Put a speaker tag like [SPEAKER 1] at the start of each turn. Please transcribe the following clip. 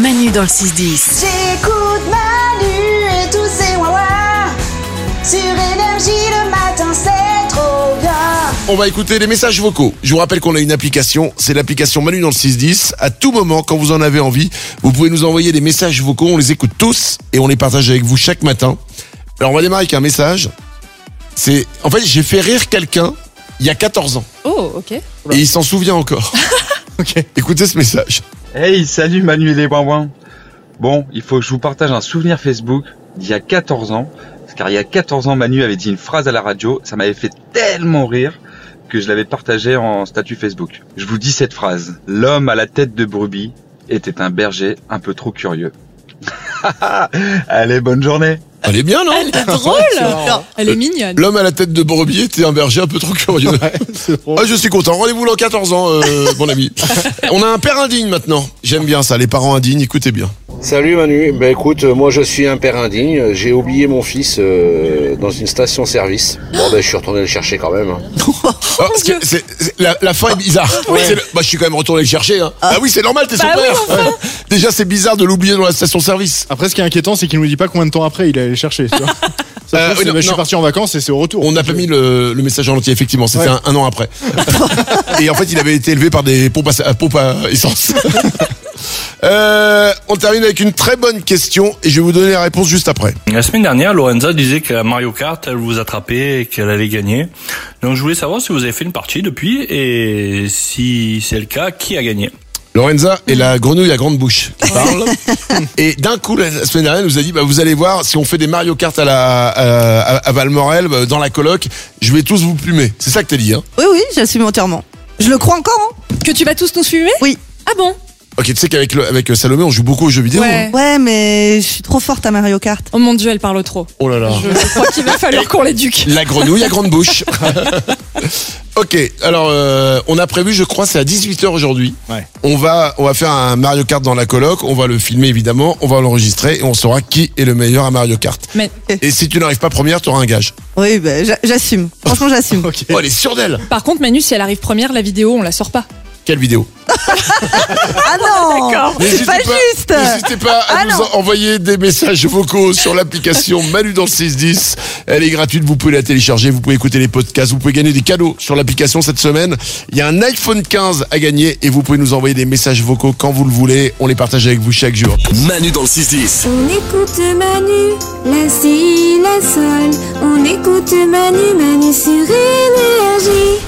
[SPEAKER 1] Manu dans le 6-10.
[SPEAKER 2] J'écoute Manu et tous ses wawa sur énergie le matin, c'est trop bien.
[SPEAKER 3] On va écouter les messages vocaux. Je vous rappelle qu'on a une application, c'est l'application Manu dans le 610. À tout moment, quand vous en avez envie, vous pouvez nous envoyer des messages vocaux. On les écoute tous et on les partage avec vous chaque matin. Alors on va démarrer avec un message. C'est, en fait, j'ai fait rire quelqu'un il y a 14 ans
[SPEAKER 4] Oh, ok.
[SPEAKER 3] et il s'en souvient encore. Écoutez ce message.
[SPEAKER 5] Hey, salut Manu et les Bouin Bon, il faut que je vous partage un souvenir Facebook d'il y a 14 ans. Car il y a 14 ans, Manu avait dit une phrase à la radio, ça m'avait fait tellement rire que je l'avais partagée en statut Facebook. Je vous dis cette phrase. L'homme à la tête de brebis était un berger un peu trop curieux. Allez, bonne journée
[SPEAKER 3] Elle est bien, non
[SPEAKER 4] Elle est drôle Non, Elle est mignonne.
[SPEAKER 3] L'homme à la tête de brebis était un berger un peu trop curieux. Ah, je suis content. Rendez-vous dans 14 ans, euh, mon ami. On a un père indigne maintenant. J'aime bien ça, les parents indignes. Écoutez bien.
[SPEAKER 6] Salut Manu, ben écoute, euh, moi je suis un père indigne, Euh, j'ai oublié mon fils euh, dans une station-service. Bon ben je suis retourné le chercher quand même. hein.
[SPEAKER 3] Ah, parce que c'est- c'est- la, la fin est bizarre. C'est le- bah, je suis quand même retourné le chercher. Hein. Ah. oui, c'est normal, t'es son
[SPEAKER 4] Bah oui,
[SPEAKER 3] père. Ouais. Déjà, c'est bizarre de l'oublier dans la station-service.
[SPEAKER 7] Après, ce qui est inquiétant, c'est qu'il nous dit pas combien de temps après il est allé le chercher. Tu vois Ça se
[SPEAKER 3] Euh, oui,
[SPEAKER 7] trouve, c'est,
[SPEAKER 3] non,
[SPEAKER 7] bah, je suis
[SPEAKER 3] non.
[SPEAKER 7] parti en vacances et c'est au retour.
[SPEAKER 3] On n'a pas mis le, le message en entier, effectivement. C'était
[SPEAKER 7] Ouais.
[SPEAKER 3] un, un an après. Et en fait, il avait été élevé par des pompes à, à pompes à essence. Euh, on termine avec une très bonne question et je vais vous donner la réponse juste après.
[SPEAKER 8] La semaine dernière, Lorenza disait que la Mario Kart, elle vous attrapait et qu'elle allait gagner. Donc je voulais savoir si vous avez fait une partie depuis et si c'est le cas, qui a gagné
[SPEAKER 3] Lorenza
[SPEAKER 4] Mm.
[SPEAKER 3] est la grenouille à grande bouche qui parle. Et d'un coup, la la semaine dernière, elle nous a dit, bah, vous allez voir, si on fait des Mario Kart à la, à, à- à Valmorel, bah, dans la coloc, je vais tous vous plumer. C'est ça que t'as dit, hein?
[SPEAKER 9] Oui, oui, j'assume entièrement. Je le crois encore, hein
[SPEAKER 4] Que tu vas tous nous fumer
[SPEAKER 9] Oui.
[SPEAKER 4] Ah bon
[SPEAKER 3] Ok, tu sais qu'avec le- avec euh, Salomé, on joue beaucoup aux jeux vidéo. hein.
[SPEAKER 4] Ouais.
[SPEAKER 9] Ouais, mais je suis trop forte à Mario Kart.
[SPEAKER 4] Oh mon dieu, elle parle trop.
[SPEAKER 3] Oh là là.
[SPEAKER 4] Je crois qu'il va falloir qu'on l'éduque.
[SPEAKER 3] La grenouille à grande bouche. ok, alors euh, on a prévu, je crois, c'est à 18h aujourd'hui.
[SPEAKER 7] Ouais.
[SPEAKER 3] On va on va faire un Mario Kart dans la coloc, on va le filmer évidemment, on va l'enregistrer et on saura qui est le meilleur à Mario Kart.
[SPEAKER 4] Mais
[SPEAKER 3] Et si tu n'arrives pas première, tu auras un gage.
[SPEAKER 9] Oui, bah, j'a- j'assume. Franchement, j'assume.
[SPEAKER 7] Ok.
[SPEAKER 3] Oh, elle est sûre d'elle.
[SPEAKER 4] par contre, Manu, si elle arrive première, la vidéo, on la sort pas.
[SPEAKER 3] Quelle vidéo
[SPEAKER 9] Ah non C'est
[SPEAKER 3] N'hésitez
[SPEAKER 9] pas juste
[SPEAKER 3] N'hésitez pas à
[SPEAKER 9] Ah
[SPEAKER 3] nous
[SPEAKER 9] non.
[SPEAKER 3] envoyer des messages vocaux sur l'application Manu dans le 610. Elle est gratuite, vous pouvez la télécharger, vous pouvez écouter les podcasts, vous pouvez gagner des cadeaux sur l'application cette semaine. Il y a un iPhone 15 à gagner et vous pouvez nous envoyer des messages vocaux quand vous le voulez. On les partage avec vous chaque jour.
[SPEAKER 10] Manu dans le 6-10.
[SPEAKER 2] On écoute Manu, la si, la sol. On écoute Manu, Manu sur énergie.